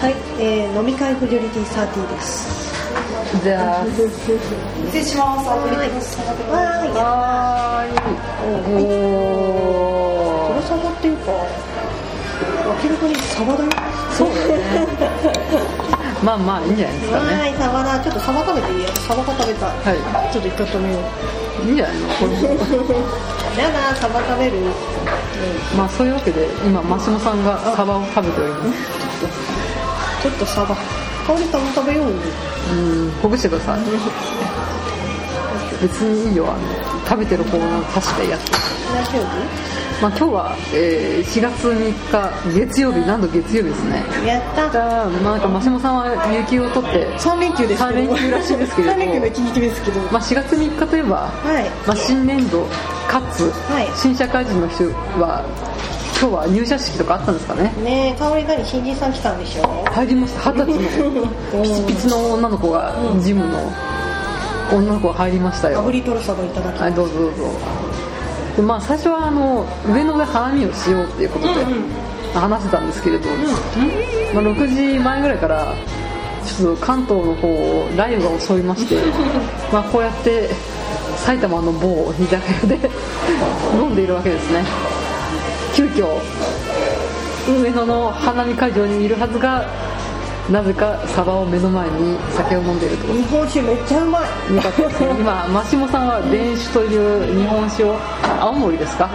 はい、えー飲み会フジョリティサーティーです。じゃあ、失礼します。はーい。ははーーい。い。おこーのサバっていうか、明らかにサバだよ。そうだね。まあまあ、いいんじゃないですかね。はーい、サバだ。ちょっとサバ食べていいよ。サバが食べたい。はちょっと一回止めよう。い。いいんじゃないのこれやだ、サバ食べる。まあ、そういうわけで、今、増野さんがサバを食べております。ちょっとサバ。香りサバ食べようよ。うん、ほぐしてください。別にいいよ、あの、食べてる方の確かやって。大丈まあ、今日は、えー4月3日、月曜日、なんと月曜日ですね。夫？やったじ。ゃあ、まあ、なんか、増野さんは有給を取って、三連休ですけど。三連休らしいですけれど三も連休の一日目ですけど。まあ、4月3日といえば、はい。まあ、新年度かつ、はい新社会人の人は今日は入社式とかあったんですかねねえ、香り何新人さん来たんでしょ？入りました二十 歳のピチピチの女の子がジムの女の子が入りました炙よりトロサバいただきはいどうぞどうぞでまあ最初はあの上野で花見をしようっていうことで話してたんですけれど、まあ、6時前ぐらいからちょっと関東の方を雷雨が襲いま してまあこうやって埼玉の某居酒屋で飲んでいるわけですね急遽上野の花見会場にいるはずがなぜかサバを目の前に酒を飲んでいると日本酒めっちゃうまい。よかったですね 今マシモさんは電酒という日本酒を青森ですか、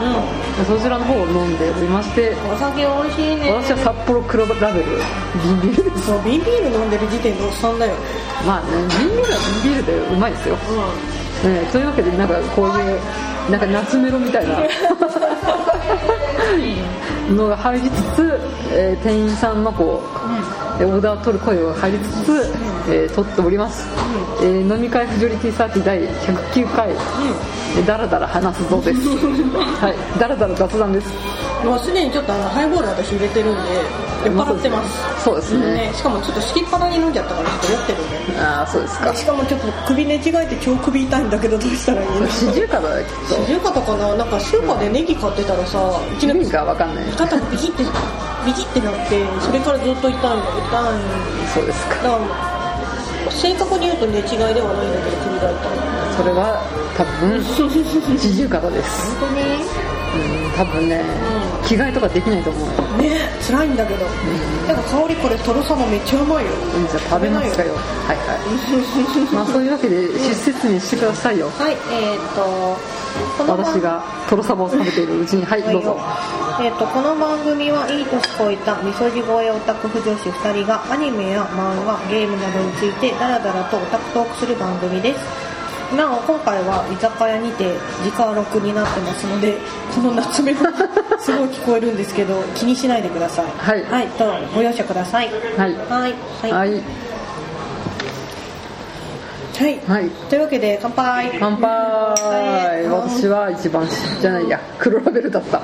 そちらの方を飲んでおりましてお酒美味しいね。私は札幌黒ラベル瓶ビールですそう瓶ビール飲んでる時点でおっさんだよ。まあね瓶ビールは瓶ビールでうまいですよ、うええというわけでなんかこういうなんか夏メロみたいなのが入りつつ、えー店員さんのこう、えーオーダーを取る声を入りつつ、えー取っております、えー飲み会フジョリティサーティ第109回、えーだらだら話すぞ ですはいだらだら雑談ですん。もうすでにちょっとあのハイボール私入れてるんで酔っ払ってます。そうですねそうですねねしかもちょっと敷きっ腹に飲んじゃったからちょっと酔ってるんで。ああそうですかしかもちょっと首寝違えて超首痛いんだけどどうしたらいいの？四十肩だよきっと中華とかななんか中華でネギ買ってたらさいき意なり味が分かんない肩がビキってビキってなってそれからずっと痛いの痛いのそうですかだから正確に言うと寝違いではないんだけど首が痛それは多分四十肩ですいうん多分ね、着替えとかできないと思うよ本当にね辛いんだけどなんか香りこれとろサバめっちゃうまいよじゃあ食べますかよはいはい まあそういうわけでし説明してくださいよはいえー、っとこの番私がトロサバを食べているうちにはいどうぞえー、とこの番組はいい年こいたみそじ越えオタク婦女子2人がアニメや漫画ゲームなどについてダラダラとオタクトークする番組ですなお今回は居酒屋にて時間6になってますのでこの夏目 がすごい聞こえるんですけど気にしないでくださいはいはい、とご容赦くださいはいはいはいははい、いはいというわけで乾杯乾杯うん私は一番じゃないや黒ラベルだった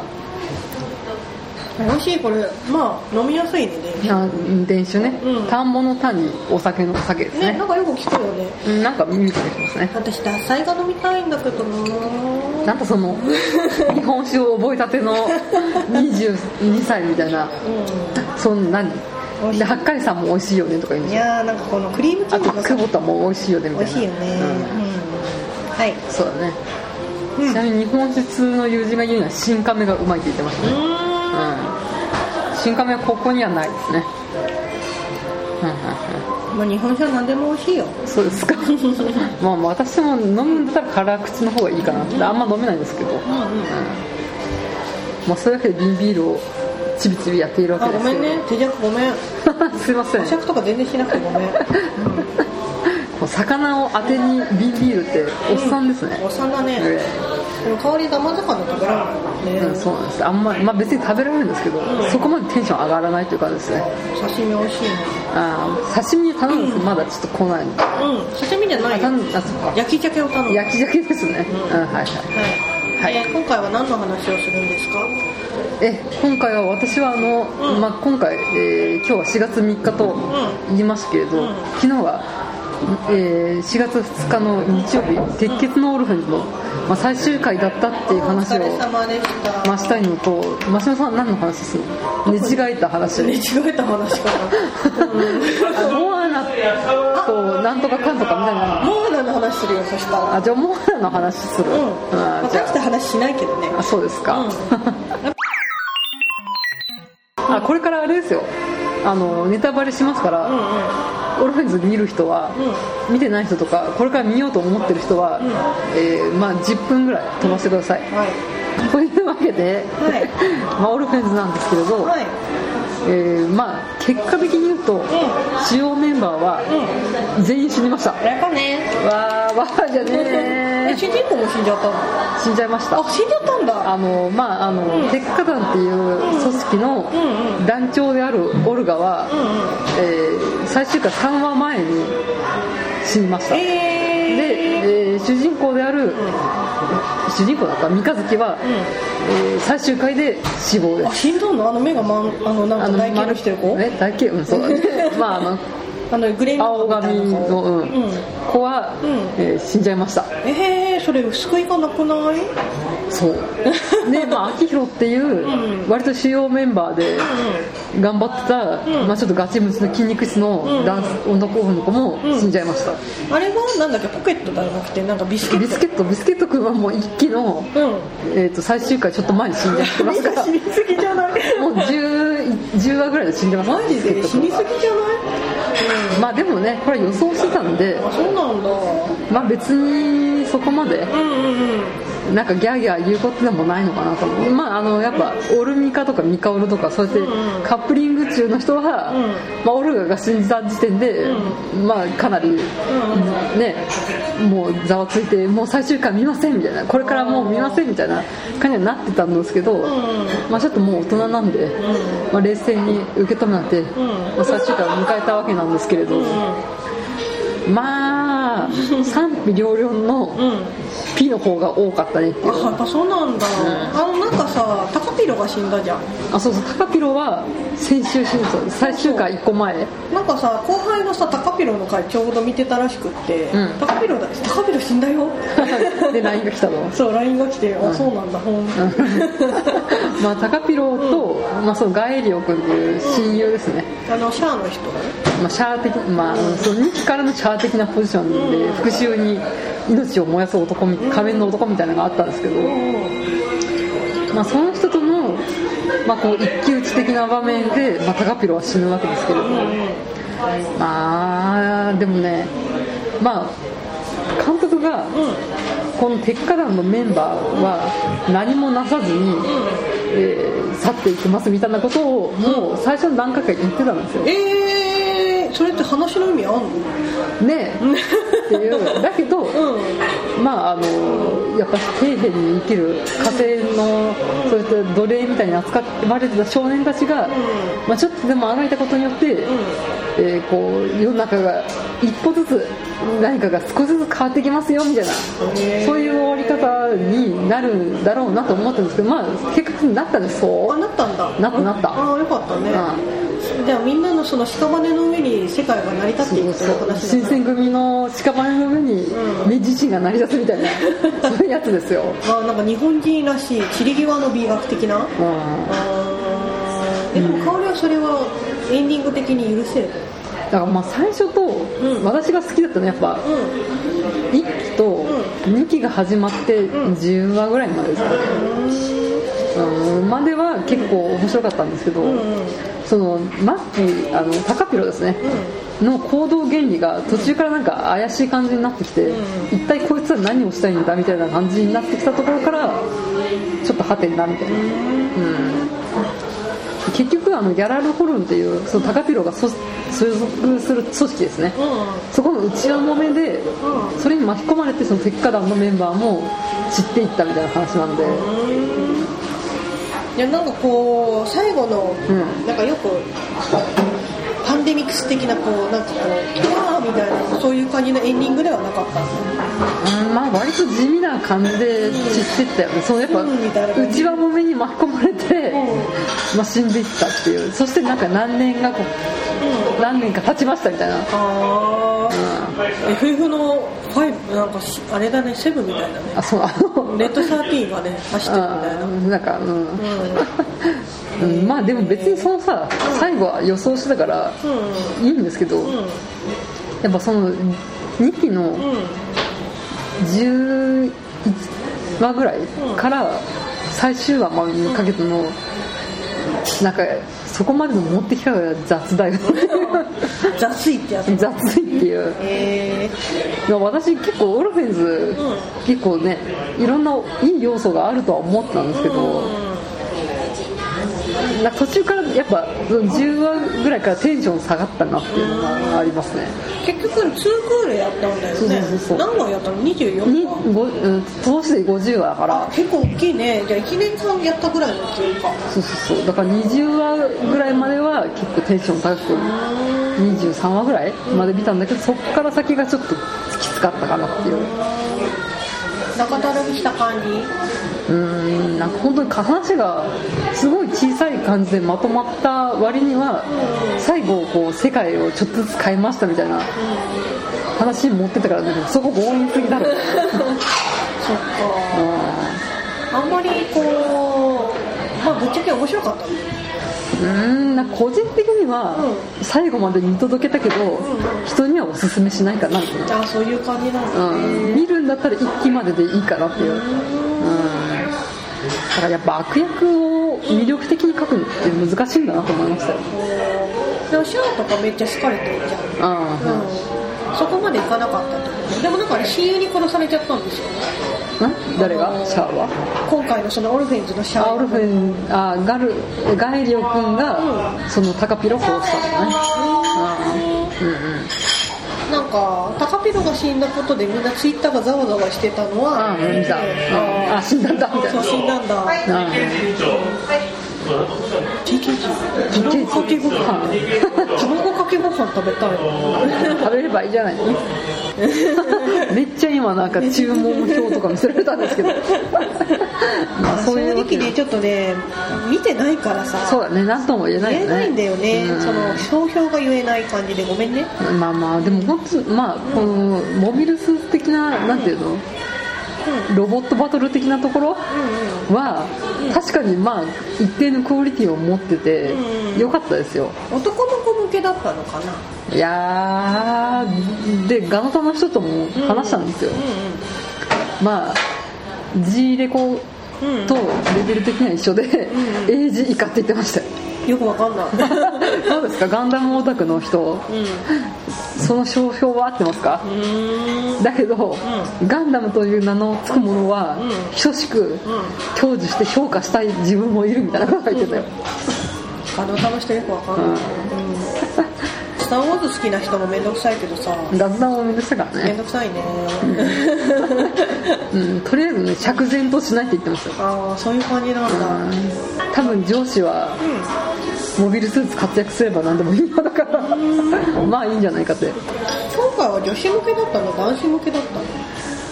美味しいこれまあ飲みやすいねあ電酒ねうん田んぼの単にお酒のお酒ですねねなんかよく聞くよねうんなんか耳かけてますね私脱菜が飲みたいんだけどななんか その日本酒を覚えたての22歳みたいなうそんなに美味しいで八海山も美味しいよねとか言うんんでいすよやーなんかこのクリームチあーとズがさ久保田も美味しいよねみた美いな味しいよね、うんうんはいそうだねうんちなみに日本酒通の友人が言うには新亀がうまいって言ってましたねうん新亀はここにはないですねうんうんまあ日本酒は何でも美味しいようんそうですか まあまあ私も飲むんだったら辛口の方がいいかなってあんま飲めないんですけど、うんうんまあ、そういうわけで瓶ビールをちびちびやっているわあけでごすめけんね手弱ごめんど すいませんお酌とか全然しなくてごめん、こう魚を当てに瓶ビールっておっさんですね、おっさんだね、えでも香り生魚食べられえないうんねそうなんですあんまり、まあ、別に食べられるんですけど、そこまでテンション上がらないという感じですね刺身美味しいねあー刺身頼むんですけどまだちょっと来ないうん刺身じゃないよ頼むあそっか焼き鮭を頼む焼き鮭ですね、うんはいはいはい、はいえー今回は何の話をするんですかえ今回は私はあの、うんまあ、今回、えー今日は4月3日と言いましたけれど、うん昨日は、えー4月2日の日曜日「鉄血のオルフェンズの」まあ、最終回だったっていう話お疲れを、様でしたまあ、したいのと真島さん何の話するの寝違えた話間違えた話かな、うんあモアナとなんとかかんとかみたい なモアナの話するよそしたらあじゃあモアナの話する、うんあじゃ私と話しないけどねああそうですうか、ん あこれからあれですよあのネタバレしますから、うんうんオルフェンズ見る人は、見てない人とかこれから見ようと思ってる人は、んえーまあ、10分ぐらい飛ばしてください、はいというわけで、はい まあ、オルフェンズなんですけれど、はいえーまあ、結果的に言うと、主要メンバーは全員死にました、やっぱねわーわーじゃえね主人公も死んじゃったのー死んじゃいましたあ死んじゃったんだあのまああの、うん鉄火団っていう組織うんの団長であるオルガは、うんうんえー最終回3話前に死にましたで、えーえー主人公である、主人公だった三日月は、えー最終回で死亡であす死んだのあの目がまんあのなんか大ま形のしてる子え大形 うんそうだねまああのあのグレー青の子みたい髪な子の、うんうん子は、うんえー死んじゃいましたえーそれ救いがなくないそうでまあ秋広っていんうう割と主要メンバーで頑張ってた、うんまあ、ちょっとガチムチの筋肉質のダンス男の子も死んじゃいました、あれはなんだっけポケットじゃなくてなんかビスケットビスケットビスケット君はもう一期の、うんえー、と最終回ちょっと前に死んじゃってますから死にすぎじゃないもう 10, 10話ぐらいで死んでますマジで死にすぎじゃないまあでもねこれは予想してたんでうんあそうなんだまあ別にそこまでうんうんうんなんかギャーギャー言うことでもないのかなと思うまああのやっぱオルミカとかミカオルとかそうやってうんうんカップリング中の人は、うまあ、オルガが死んだ時点で、まあかなり、ねもうざわついてもう最終回見ませんみたいなこれからもう見ませんみたいな感じにはなってたんですけど、まあ、ちょっともう大人なんで、まあ、冷静に受け止めて、まあ最終回を迎えたわけなんですけれど、まあ賛否両論のうん P の方が多かったねっていうあやっぱそうなんだ、あのなんかさタカピロが死んだじゃんあそうそう高ピロは先週死んだ最終回1個前なんかさ後輩のさタカピロの回ちょうど見てたらしくって、うんタカピロだタカピロ死んだ よ で LINE が来たのそう LINE が来て、あそうなんだほん まあ高ピロと、まあ、そのガエリオ君っていう親友ですね、あのシャアの人まあ、シャア的まあその2期からのシャア的なポジションで復讐に命を燃やす男み仮面の男みたいなのがあったんですけど、まあ、その人との、まあ、こう一騎打ち的な場面で、まあ、高ピロは死ぬわけですけれども、まあでもねまあ監督が、この鉄火団のメンバーは何もなさずに、えー去っていきますみたいなことをもう最初の何回か言ってたんですよ。えー、それって話の意味あんのねっていうだけど、まああのやっぱ底辺に生きる家庭のそういった奴隷みたいに扱われてた少年たちが、まあ、ちょっとでもあがいたことによって、えーこう世の中が一歩ずつ何かが少しずつ変わってきますよみたいなそういう終わり方になるんだろうなと思ったんですけどまあ結果になったんですそあなったんだなったなったああよかったね、じゃあみんなのその屍の上に世界が成り立っていくうというそう話新選組の屍の上に明治人が成り立つみたいな、 そういうやつですよ、あーなんか日本人らしい散り際の美学的なうん、あーでも香りはそれはエンディング的に許せるだからまあ最初とん私が好きだったのはやっぱう1期と2期が始まって10話ぐらいまでですかね、うん、までは結構面白かったんですけど、そのマッキーあのタカピロですね、の行動原理が途中からなんか怪しい感じになってきて、一体こいつは何をしたいんだみたいな感じになってきたところからちょっとハテナみたいな、うん結局あのギャラルホルンっていうそのタカピロがそ所属する組織ですね、そこの内輪もめで、それに巻き込まれてその鉄火団のメンバーも散っていったみたいな話なんで、いやなんかこう最後の、うんなんかよくパンデミックス的なこうなんかこうわーみたいなそういう感じのエンディングではなかったうんまあ割と地味な感じで散ってったよね、そのやっぱうんみたいな感内じ輪もめに巻き込まれて、まあ、死んでいったっていうそしてなんか何年がこう何年か経ちましたみたいな、うん、ああ FF の5なんかしあれだねセブンみたいだねあそうあのレッド13がね走ってるみたいなあーなんかうん、ううんんまあでも別にそのさ最後は予想してたからうんいいんですけど、うんやっぱその2期のうん11話ぐらいから最終話までにかけてのなんかそこまでの持ってき方が雑だよ雑いってやつ雑いっていうえまあ私結構オルフェンズうん結構ねいろんないい要素があるとは思ってたんですけどなんか途中からやっぱその10話ぐらいからテンション下がったなっていうのがありますねー、結局2クールやったんだよねそうそうそうそう何話やったのに24話ごうん通して50話だからあ結構大きいねじゃあ1年間やったぐらいの勢いかそうそうそうだから20話ぐらいまでは結構テンション高く23話ぐらいまで見たんだけどそこから先がちょっときつかったかなっていう中だるみした感じうーんなんか本当に話がすごい小さい感じでまとまった割には最後こう世界をちょっとずつ変えましたみたいな話持ってたからねそこ強引すぎだろうんそっかあんまりこうまあぶっちゃけ面白かったうーんなんか個人的には最後まで見届けたけど人にはおすすめしないかなみたいなじゃあそういう感じなんですね、うん見るんだったら一期まででいいかなっていう、うん、だからやっぱ悪役を魅力的に描くのって難しいんだなと思いましたよ、でもシャアとかめっちゃ好かれてるじうゃん、んうん、そこまでいかなかったってことでもなんかね親友に殺されちゃったんですよん、誰がシャアは今回のそのオルフェンズのシャアアオルフェンあガルガイリオ君がそのタカピロを殺したのねうんうんうんなんかタカピロが死んだことでみんなツイッターがざわざわしてたのはあー見たうんあーあ死んだんだみたいそなう死んだんだあ TKG 卵かけご飯卵かけご飯食べたい食べればいいじ ゃないのめっちゃ今なんか注文表とか見せられたんですけどまあそういうわ正直けでねちょっとね見てないからさそうだね何とも言えない言よえねないんだよね、うんその商標が言えない感じでごめんねまあまあでも本当まあこのモビルスーツ的ななんていうのロボットバトル的なところは確かにまあ一定のクオリティを持っててうん良かったですよ男の子向けだったのかないやーでガナタの人とも話したんですよまあ G レコうんうんとレベル的には一緒で A 字以下って言ってましたよよくわかんない、どうですかガンダムオタクの人うん、うその商標は合ってますかーんだけど、ガンダムという名のつくものは、ん等しく享受して評価したい自分もいるみたいなこと書いてたよ、あの歌の人よくわかんない、うん、スター・ウォーズ好きな人もめんどくさいけどさ雑談を生み出したからめんね、どくさいね、うん、とりあえずね釈然としないって言ってますよ、 ああそういう感じなんだ、多分上司は、モビルスーツ活躍すれば何でもいいのだから、まあいいんじゃないかって今回は女子向けだったの男子向けだったの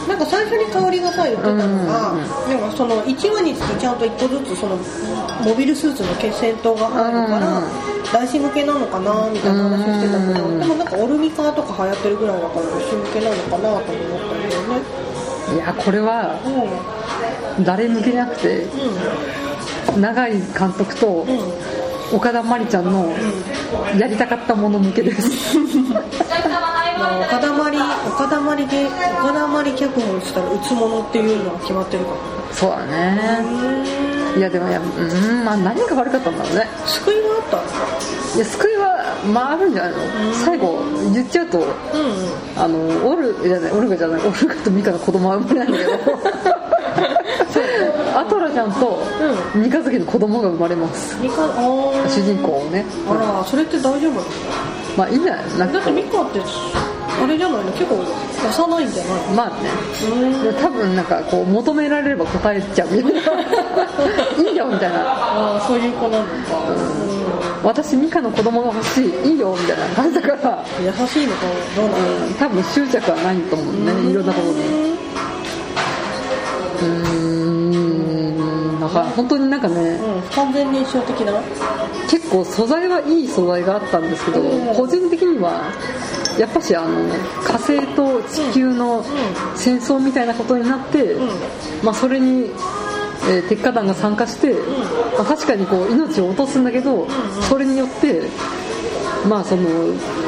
なんか最初に香りがさ言ってたのが、うんでもその1話につきちゃんと1個ずつそのモビルスーツの戦闘が入るから、うん男子向けなのかなみたいな話をしてたけど、うんでもなんかオルミカとか流行ってるぐらいだから女子向けなのかなとも思ったんだよねいやこれは誰向けじゃなくてうんうん永井監督とうん岡田真理ちゃんのやりたかったもの向けですまあ岡田まり岡田まりで岡田まり脚本したら「うつもの」っていうのは決まってるからそうだねいやでもいやうーんまあ何が悪かったんだろうね救いがあっいや救いはまああるんじゃないの最後言っちゃうとたうんうんあのオルじゃないオルガじゃないオルガとミカの子供は生まれないんだ けどアトラちゃんと三日月の子供が生まれます二回ああ主人公をねあらそれって大丈夫なのまあいいんじゃないなんだっかてミカってあれじゃないの結構幼いんじゃないまあねうんで多分なんかこう求められれば答えちゃうみたい ないいよみたいなああそういう子なのか、私ミカの子供が欲しいいいよみたいな感じだから、優しいのかどうなのうん、多分執着はないと思うねいろんなことにうーんだから本当になんかねうん完全燃焼的な結構素材はいい素材があったんですけどうん個人的にはやっぱしあの火星と地球の戦争みたいなことになって、んまあ、それに、えー鉄火団が参加して、まあ、確かにこう命を落とすんだけど、それによって、まあその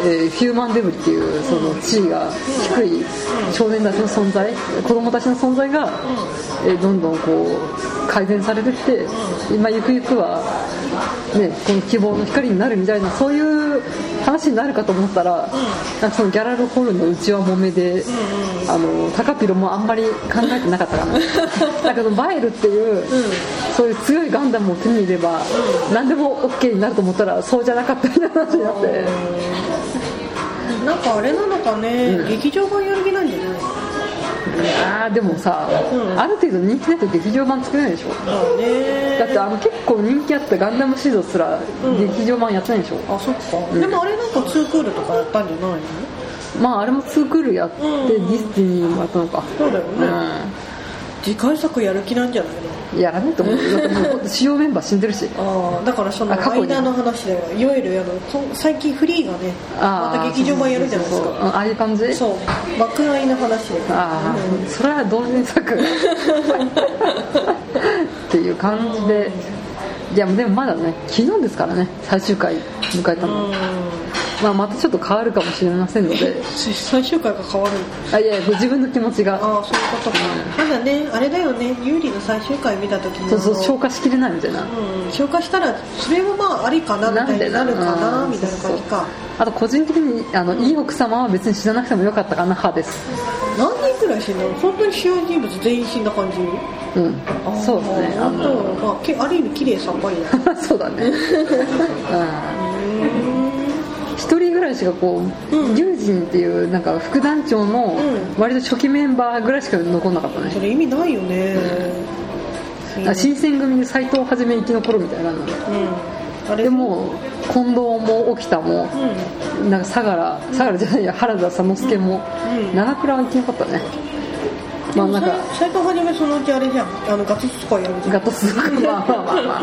えーヒューマンデブリっていうその地位が低い少年たちの存在子供たちの存在が、えーどんどんこう改善されてって、今ゆくゆくは、ね、この希望の光になるみたいなそういう話になるかと思ったら、なんかそのギャラルホールのうちはもめで、あの高ピロもあんまり考えてなかった かなだけどバイルっていう、そういう強いガンダムを手に入れれば、何でも OK になると思ったらそうじゃなかったみたいな話になって。なんかあれなのかね、劇場版やる気なんじゃないのいやーでもさ、うんある程度人気ないと劇場版作れないでしょまあねだってあの結構人気あったガンダムシードすらん劇場版やってないでしょ、あそっか、でもあれなんかツークールとかやったんじゃないのまああれも2クールやってデうんィスティニーもやったのかそうだようね、ん次回作やる気なんじゃないやらないと思うよだってもう主要メンバー死んでるしのああだからそのあ過去に間の話ではいわゆるあのこ最近フリーがねあまーた劇場版やるじゃないですそうそうそううんかああいう感じそう爆愛の話でああ、それは同人 作っていう感じでいやでもまだね昨日ですからね最終回迎えたうの、んまあ、またちょっと変わるかもしれませんので最終回が変わるのあいやいや自分の気持ちがああそういうことか、まだねあれだよね有利の最終回見た時にそうそう消消化しきれないみたいなうん、消化したらそれもまあありかなみたいになるかなうんみたいな感じかあと個人的にあのいい奥様は別に死ななくてもよかったかな派です何人くらい死んだの本当に主要人物全員死んだ感じうんそうですねああの、のまあ、けある意味綺麗さっぱりだ そうだねうん一人ぐらいしかこう龍神っていうなんか副団長のう割と初期メンバーぐらいしか残んなかったそねれ意味ないよね、うん、あ新選組で斎藤はじめ生き残るみたいな感じうんあれでも近藤も沖田もうんなんか相良相良じゃないや原田佐之助もうん長倉は生き残ったねまあなんか斎藤はじめそのうちあれじゃんあのガチスコアやるじゃんガトスバまあまあまあまあ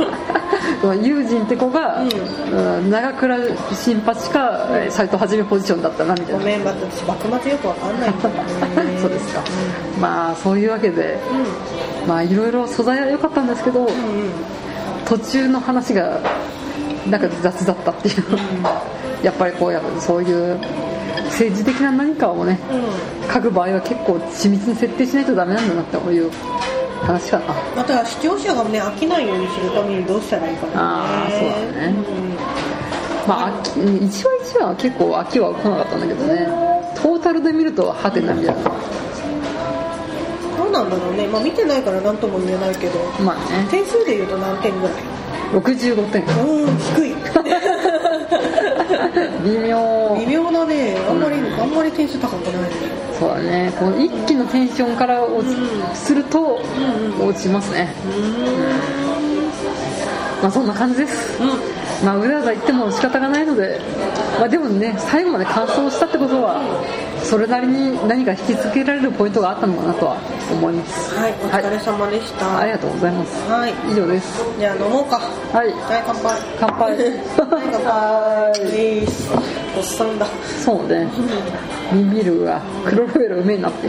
まあ友人って子が、うん、長倉新八か斎藤はじめポジションだったなみたいごな、めん私幕末よくわかんないんだよね そうですか、まあそういうわけで、まあいろいろ素材は良かったんですけど、うんうん途中の話がなんか雑だったっていう、やっぱりこうやっぱそういう政治的な何かをねう書く場合は結構緻密に設定しないとダメなんだなっていう話かなまた視聴者がね飽きないようにするためにどうしたらいいかもねあーそうだねまあ、秋うん一話一話は結構秋は来なかったんだけどねトータルで見るとハテナみたいなうんどうなんだろうねまあ見てないから何とも言えないけどまあね点数で言うと何点ぐらい65点うーん低 い微妙微妙だねあんまりあんまり点数高くないそうだねこう一気のテンションから落ち、すると落ちますねまあそんな感じです、まあうだうだ言っても仕方がないので、まあ、でもね最後まで完走したってことはそれなりに何か引き付けられるポイントがあったのかなとは思いますはいお疲れ様でしたあはりい、がとうございます以上ですじゃあ飲もうかははいい乾杯乾杯 はい乾杯いいっすおっさんだそうねビビるがクロロフェルうめえなって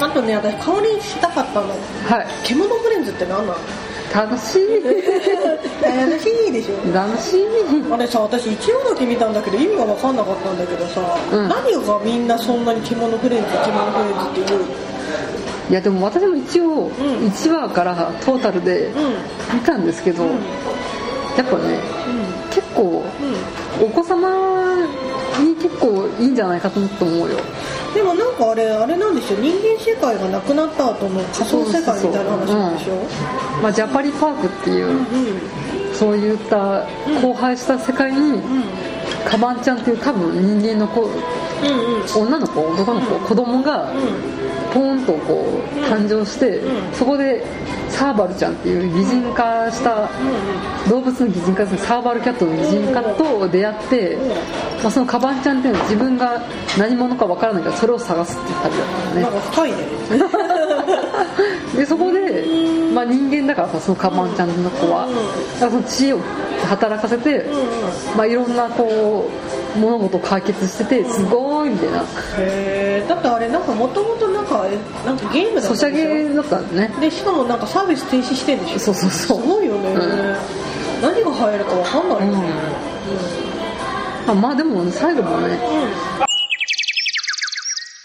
あとね私香りしたかったのはい獣フレンズって何な の 楽しい楽しいでしょ楽しいあれさ私一応だけ見たんだけど意味が分かんなかったんだけどさ、うん何がみんなそんなに獣フレンズ獣フレンズっていういやでも私も一応ん1話からトータルで見たんですけど、んやっぱねう結構ん、うんお子様に結構いいんじゃないかと思うよでもなんかあれあれなんですよ人間世界がなくなった後の仮想世界みたいな話なんでしょまあ、ジャパリパークっていううんそういった荒廃した世界に、カバンちゃんっていう多分人間の子うんうん女の子男の子、子供がポーンとこう誕生して、うんそこでサーバルちゃんっていう擬人化した動物の擬人化ですねサーバルキャットの擬人化と出会って、まあ、そのカバンちゃんっていうのは自分が何者かわからないからそれを探すっていう旅だったのねなんか深いねでそこで、まあ、人間だからさそのカバンちゃんの子は、うんだからその知恵を働かせて、まあ、いろんなこう物事を解決しててすごいみたいなへえだってあれなんかもともとなんかあれなんかゲームだったソんでしシょャゲだったのねでしかもなんかサービス停止してんでしょそうそうそうすごいよね、うん何が入るかわかんないよねあまあでも最後もね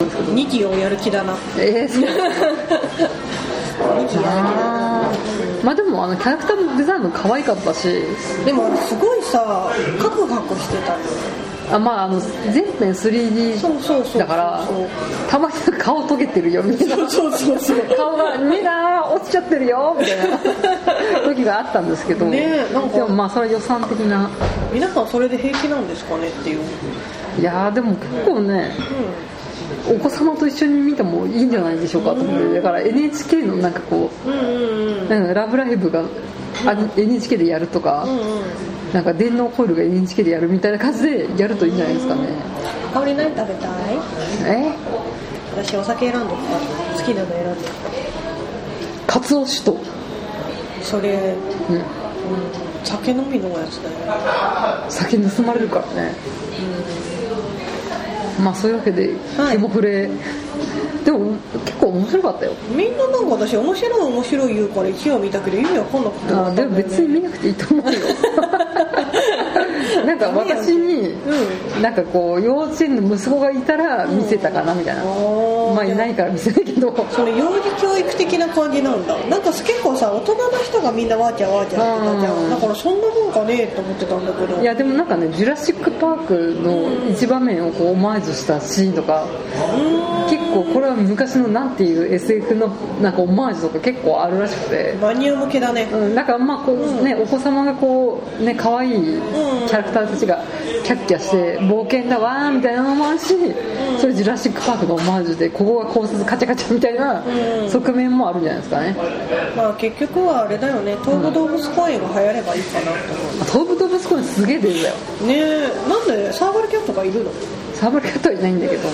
うん、2期をやる気だなえ ー、そう2期やる気だなまあでもあのキャラクターのデザインも可愛かったしでもあれすごいさカクカクしてたよあまああの全編そう 3D そうそうだからたまに顔とけてるよみたい なそうそうそうそう顔が「目が落ちちゃってるよ」みたいな時があったんですけど、ねえなんかでもまあそれは予算的な皆さんそれで平気なんですかねっていう、いやーでも結構ねうお子様と一緒に見てもいいんじゃないでしょうかと思ってだから NHK のなんかこん、うんうんうんう「なんかラブライブ!」があ NHK でやるとか、うんうんなんか電脳コイルが NHK でやるみたいな感じでやるといいんじゃないですかね香り何食べたいえ私お酒選んできた好きなの選んできカツオ酒と、たそれ、うん、うん、酒飲みのやつだよ酒盗まれるからね、まあそういうわけではい毛も触れ、でも結構面白かったよみんななんか私面白い面白い言うから1話見たけど意味わかんなくてあでも別に見なくていいと思 うよなんか私にうなんかこう幼稚園の息子がいたら見せたかなみたいな、おーまあいないから見せないけどその幼児教育的な感じなんだなんか結構さ大人の人がみんなわーちゃんわーちゃんってたじゃうんんだからそんなもんかねえと思ってたんだけどいやでもなんかね「ジュラシック・パーク」の一場面をこうオマージュしたシーンとか結構これは昔のなんていう SF のなんかオマージュとか結構あるらしくて、マニュー向けだねうん、なんかまあこう、ねお子様がこうね可愛いキャラクターたちがキャッキャして冒険だわーみたいなのもあるしそれ「ジュラシック・パーク」のオマージュでここが考察カチャカチャみたいな側面もあるんじゃないですかねまあ結局はあれだよね東武動物公園が流行ればいいかなと思東武動物公園すげえ出るんだようねえなんでサーバルキャットがいるのサーバルキャットはいないんだけど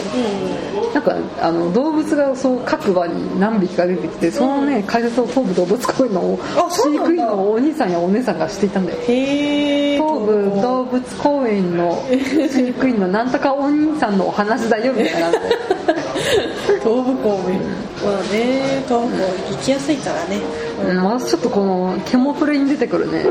なんかあの動物がそう各場に何匹か出てきてそのね解説を東武動物公園のあそう飼なんだ育員のお兄さんやお姉さんがしていたんだよへえ東武動物公園の飼育員のなんとかお兄さんのお話だよみたいな こ東武公園まあね東武公園行きやすいからねううん私ちょっとこのケモフレに出てくるね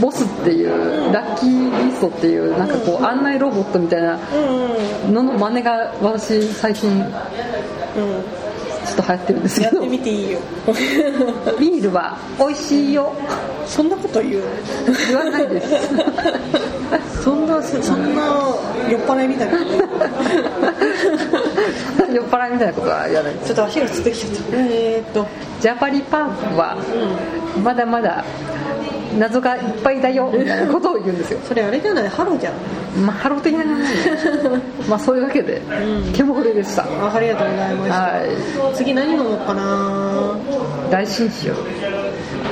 ボスっていうラッキービーストっていうなんかこう案内ロボットみたいなうんうんのの真似が私最近うんちょっと流行ってるんですけやっどてみていいよ ビールは美味しいよそんなこと言う言わないですそんなそんな酔っ払いみたいな酔っ払いみたいなことはやらないちょっと足がつってきちゃったえー、っとジャパリパークはまだまだ謎がいっぱいだよみたいなことを言うんですよそれあれじゃないハロじゃんまあ、ハロー的な感じまあそういうわけで、ケモフレでしたあありがとうございました、は次何飲もうかない大新酒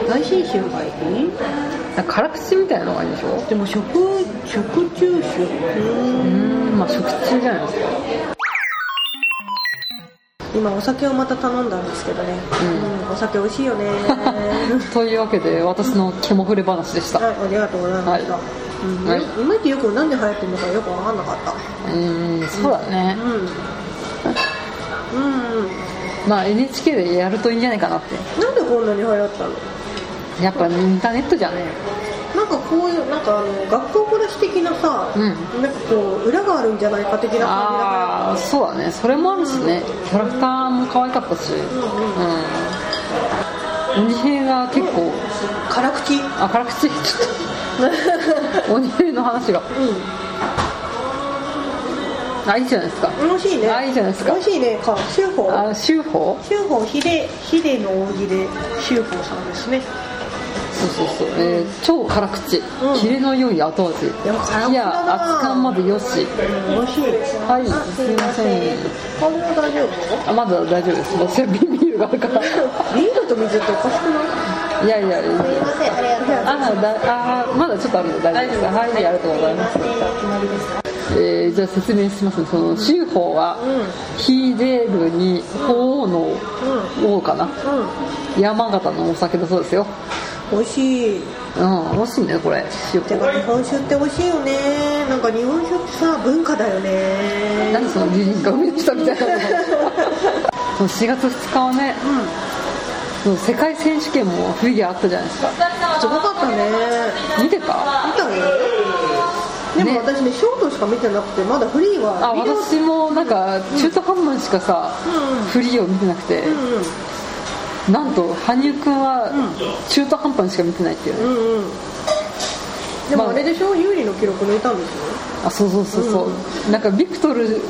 大新酒がいいなんか辛口みたいなのがいいでしょでも食食中酒うんまあ食中じゃないですか今お酒をまた頼んだんですけどね、うんお酒美味しいよ ねはというわけで私のケモフレ話でした、いありがとうございました、はいうんはい今ってよくなんで流行ってるのかよく分かんなかったうんそうだね、うんうんうんまあ NHK でやるといいんじゃないかなってなんでこんなに流行ったのやっぱインターネットじゃねなんかこういうなんかあの学校暮らし的なさ、うなんかこう裏があるんじゃないか的なあ感あじそうだねそれもあるしねキャラクターも可愛かったしうん鬼平が結構だから辛口あ辛口ちょっ と鬼平の話があいいじゃないですかうん美味しいねあいいじゃないですか美味しいねか修法あ修法修法秀秀の扇で修法さんですねそうそうそう、えー超辛口、キレの良い後味や辛口だな冷や熱感までよし美味しいはいあすすいいまませせんん香りは大丈夫あまだ大丈夫です私はビビールがある からビールと水っておかしくないいやいやいやすいませんありがとうございますあだあーまだちょっとあるので大丈夫ですはい、ありがとうございます、決まりですかえーじゃあ説明しますねその州法は、ヒデルに王の王かな、山形のお酒だそうですよ美味しいうん美味しいねこれ州て法か日本酒って美味しいよねなんか日本酒ってさ文化だよねなんでその美人が生み出したみたいなのその4月2日はね、その世界選手権もフィギュアあったじゃないですかすごかったね見て見たたよでもね私ねショートしか見てなくてまだフリーはあ見よう私もなんか中途半端にしかさ、うんうんフリーを見てなくて、なんと羽生くんは中途半端にしか見てないっていうね、うんうんうんでもまああれでしょ有利の記録抜いたんですよあそうそうそうそう、なんかビクトル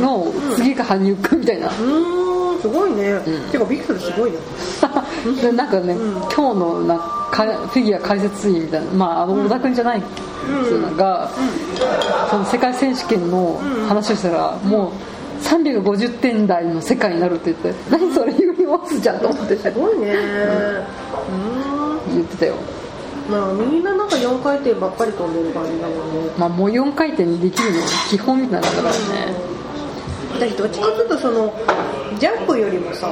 の次が羽生くんみたいな、うーんすごいね、てかビクトルすごいよ でなんかね、今日のなかフィギュア解説員みたいな、まあ、あの小田君じゃないっていうのが、その世界選手権の話をしたら、もう350点台の世界になるって言って何それ言いますじゃんと思ってすごいね言ってたよ、うんまあみんななんか4回転ばっかり飛んでる感じだもんねまあ、もう4回転にできるのが基本みたいなんだからね私どっちかというとそのジャンプよりもさ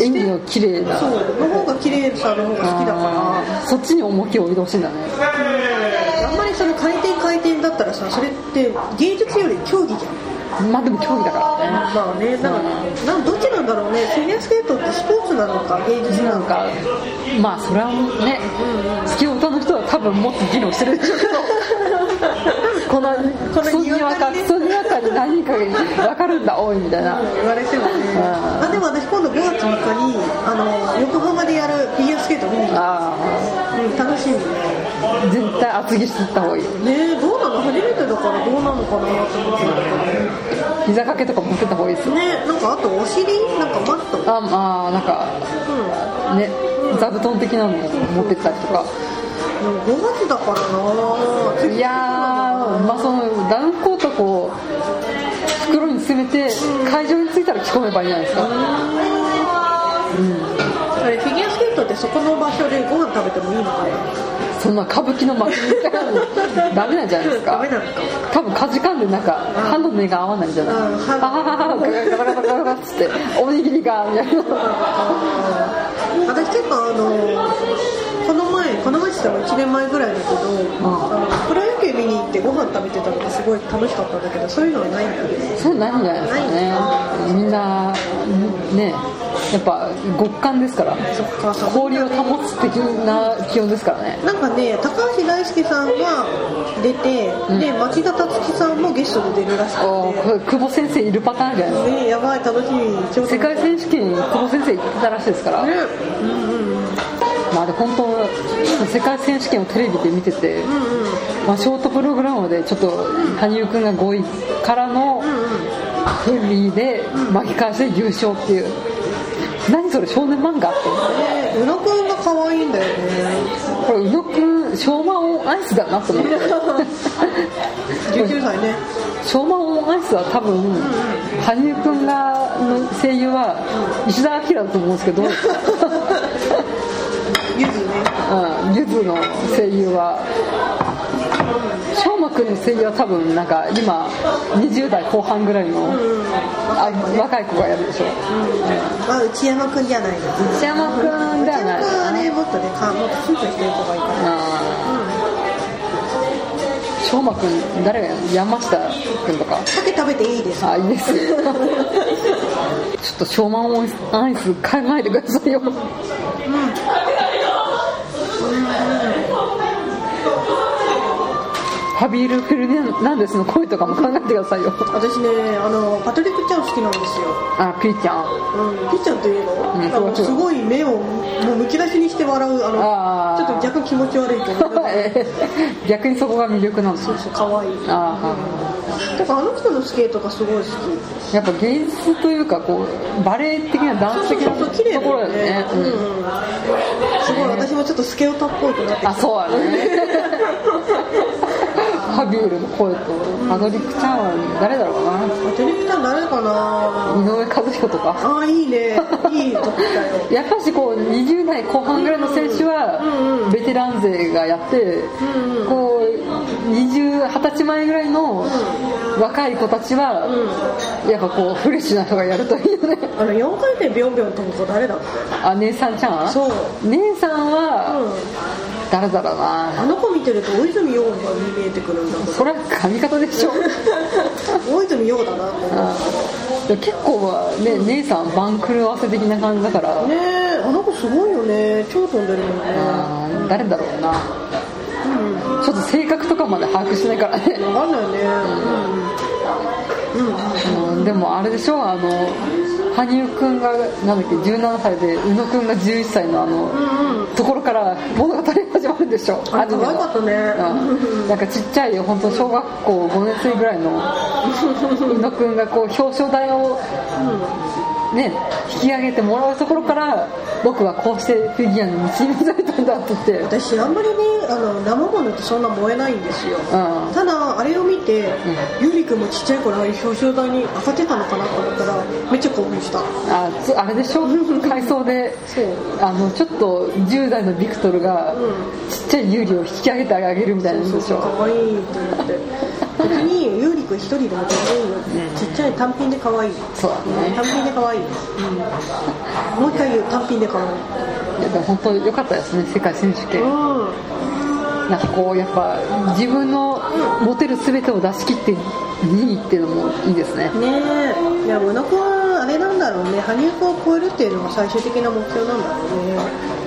演技の綺麗なそうの方が綺麗さの方が好きだからあーそっちに重きを置いてほしいんだねあんまりその回転回転だったらさそれって芸術より競技じゃんまあでも競技だからねまあねだからなんどっちなんだろうねフィギュアスケートってスポーツなのか芸術ななのかんかまあそれはね好き歌の人は多分もっと議論してるでしょう けどこのこのクソにわかにわかにねクソにわかに何か分かるんだおいみたいな言われてもねああでも私今度5月3日にあの横浜でやるフィギュアスケート見に行くあうん楽しみねあ絶対厚着してった方がいいねどうなの初めてだからどうなのかなと思ってたけ膝掛けとか持ってった方がいいですどよねなんかあとお尻なんかマットうんあまあなんかね座布団的なの持ってったりとかでも5月だからないやーまあそのダウンコートをこう袋に詰めて会場に着いたら着込めばいいんじゃないですかあれフィギュアスケートってそこの場所でご飯食べてもいいのかなそんな歌舞伎の祭りみたいなのダメなんじゃないですかダメなのか多分かじかんでなんか歯の根が合わないんじゃない、うんあ あガラガラガラガラガラっつっておにぎりがみたいな私結構あのこの前この前って言っても1年前ぐらいだけど、あのプロ野球見に行ってご飯食べてたのがすごい楽しかったんだけどそういうのはないんだよねそういうのないんじゃないですかねみんなねやっぱ極寒ですからそっかそっか氷を保つ的な気温ですからねなんかね高橋大輔さんが出て、で町田達樹さんもゲストで出るらしくおーこれ久保先生いるパターンじゃないですかてねやばい楽しみちょうど世界選手権久保先生行ってたらしいですから、ねまあ、で本当世界選手権をテレビで見てて、まあ、ショートプログラムでちょっと羽生君が5位からのフリーで巻き返して優勝っていう何それ少年漫画ってね宇野くんが可愛いんだ よねこれ宇野君昭和オンアイスだなと思って19歳ね昭和オンアイスは多分羽生君がの声優は石田明だと思うんですけどゆずねうんゆずの声優はしょうまくんの声優は多分なんか今20代後半ぐらいの、あ若い子がやるでしょまあ内山くんじゃないの内山くんでは内山くんはないねもっとねかもっとスープしてる子がいいからしょうまくん誰がやる山下くんとか鮭食べていいですかあいいですよちょっとしょうまオンアイス考えてくださいよハビエル・フェルデナンデスの声とかも考えてくださいよ私ねあのパトリック・ちゃん好きなんですよ、あピーちゃん うん、ピッちゃんといえば、うんなんかすごい目をもうむき出しにして笑うあのあーちょっと若干気持ち悪いけど 逆にそこが魅力なんですそうそう可愛いああはいだからあの人のスケートがすごい好きやっぱ芸術というかこうバレエ的なダンスそう的そなうそう綺麗とだころよだよねね、うんうんうんすごい私もちょっとスケオタっぽいくなってきたあそうだね ハビエルの声とマドリック・チャーンは誰だろうかパトリック・ちゃん誰かなな井上和彦とかあーいい ねいいとこだよやっぱしこう20代後半ぐらいの選手うんうはベテラン勢がやってんうんこう20 20歳前ぐらいの若い子たちはやっぱこうフレッシュな人がやるといいよね あの4回転ビョンビョン飛ぶ子誰だっけあ姉さんちゃんそう、姉さんうはん、誰だろうなあの子見てると大泉洋が見えてくるんだけどそれは髪型で しょ大泉洋だなって思あでも結構はね姉さん番狂わせ的な感じだからうねえあの子すごいよね超飛んでるもんねあー誰だろうなちょっと性格とかまで把握しないからね分かんないねうんうん、うんでもあれでしょあの羽生くんがなんだっけ17歳で宇野くんが11歳のあの、ところから物語が始まるんでしょあれ可愛かったねうん、なんかちっちゃい本当小学校5年生ぐらいの宇野くんがこう表彰台をね引き上げてもらうところから僕はこうしてフィギュアに導かれたんだって言って、うん、私あんまりねあの生ものってそんな燃えないんですよただあれを見て、ゆりくんもちっちゃい頃ああいう表彰台に上がってたのかなと思ったらめっちゃ興奮したあつあれでし ょ回想でそうあのちょっと10代のビクトルがうちっちゃい有利を引き上げてあげるみたいなんでしかょわいいと思って別にゆりくん一人でも全然いいよ、ちっちゃい単品で可愛いそうだね単品で可愛い、もう一回言う単品で可愛いいやでも本当良かったですね世界選手権うんなんかこうやっぱ自分の持てる全てを出し切って2位っていうのもいいですねねえいや宇野君はあれなんだろうね羽生君を超えるっていうのが最終的な目標なんだろうね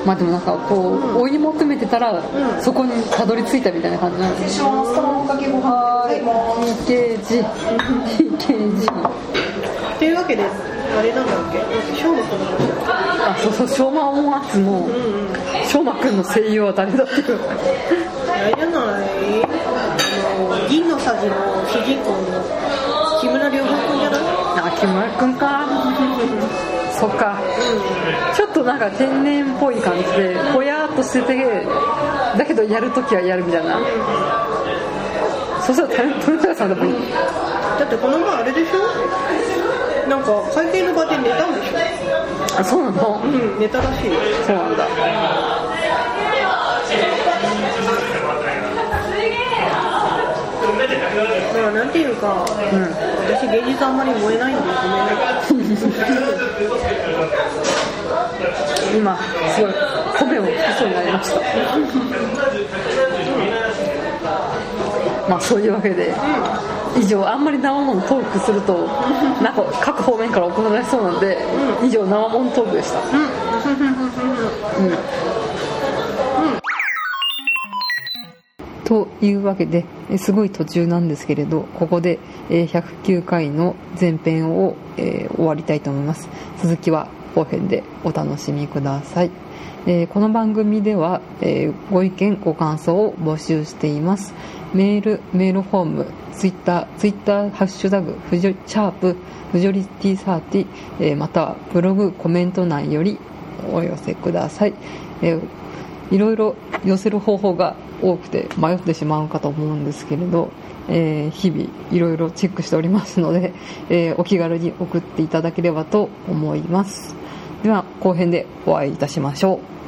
まあでもなんかこう追い求めてたうらんそこにたどり着いたみたいな感じなんですはいケージケーっジていうわけであれなんだっけ勝負君の話だあそうそう昌磨音圧の昌磨君の声優は誰だっていうあれじゃないあの銀のさじの主人公の木村良平君じゃないあ木村君かそっかちょっとなんか天然っぽい感じでぽやーっとしててだけどやるときはやるみたいなそしたらタレントの人さんでもいいだってこの前あれでしょなんか会見の場で寝たんでしょあそうなのそううん寝たらしいよなんだだからなんていうか、私芸術あんまり燃えないんでごめんね今すごい米を吹きそうになりましたまあそういうわけで以上あんまり生ものトークするとなんか各方面から行われそうなんで以上生ものトークでしたというわけでえすごい途中なんですけれどここでえー109回の前編をえー終わりたいと思います続きは後編でお楽しみくださいえーこの番組ではえーご意見ご感想を募集していますメールメールフォームツイッターツイッターハッシュタグフジョシャープフジョリティサーティ、えーまたはブログコメント欄よりお寄せください、えーいろいろ寄せる方法が多くて迷ってしまうかと思うんですけれど、えー日々いろいろチェックしておりますので、 えーお気軽に送っていただければと思いますでは後編でお会いいたしましょう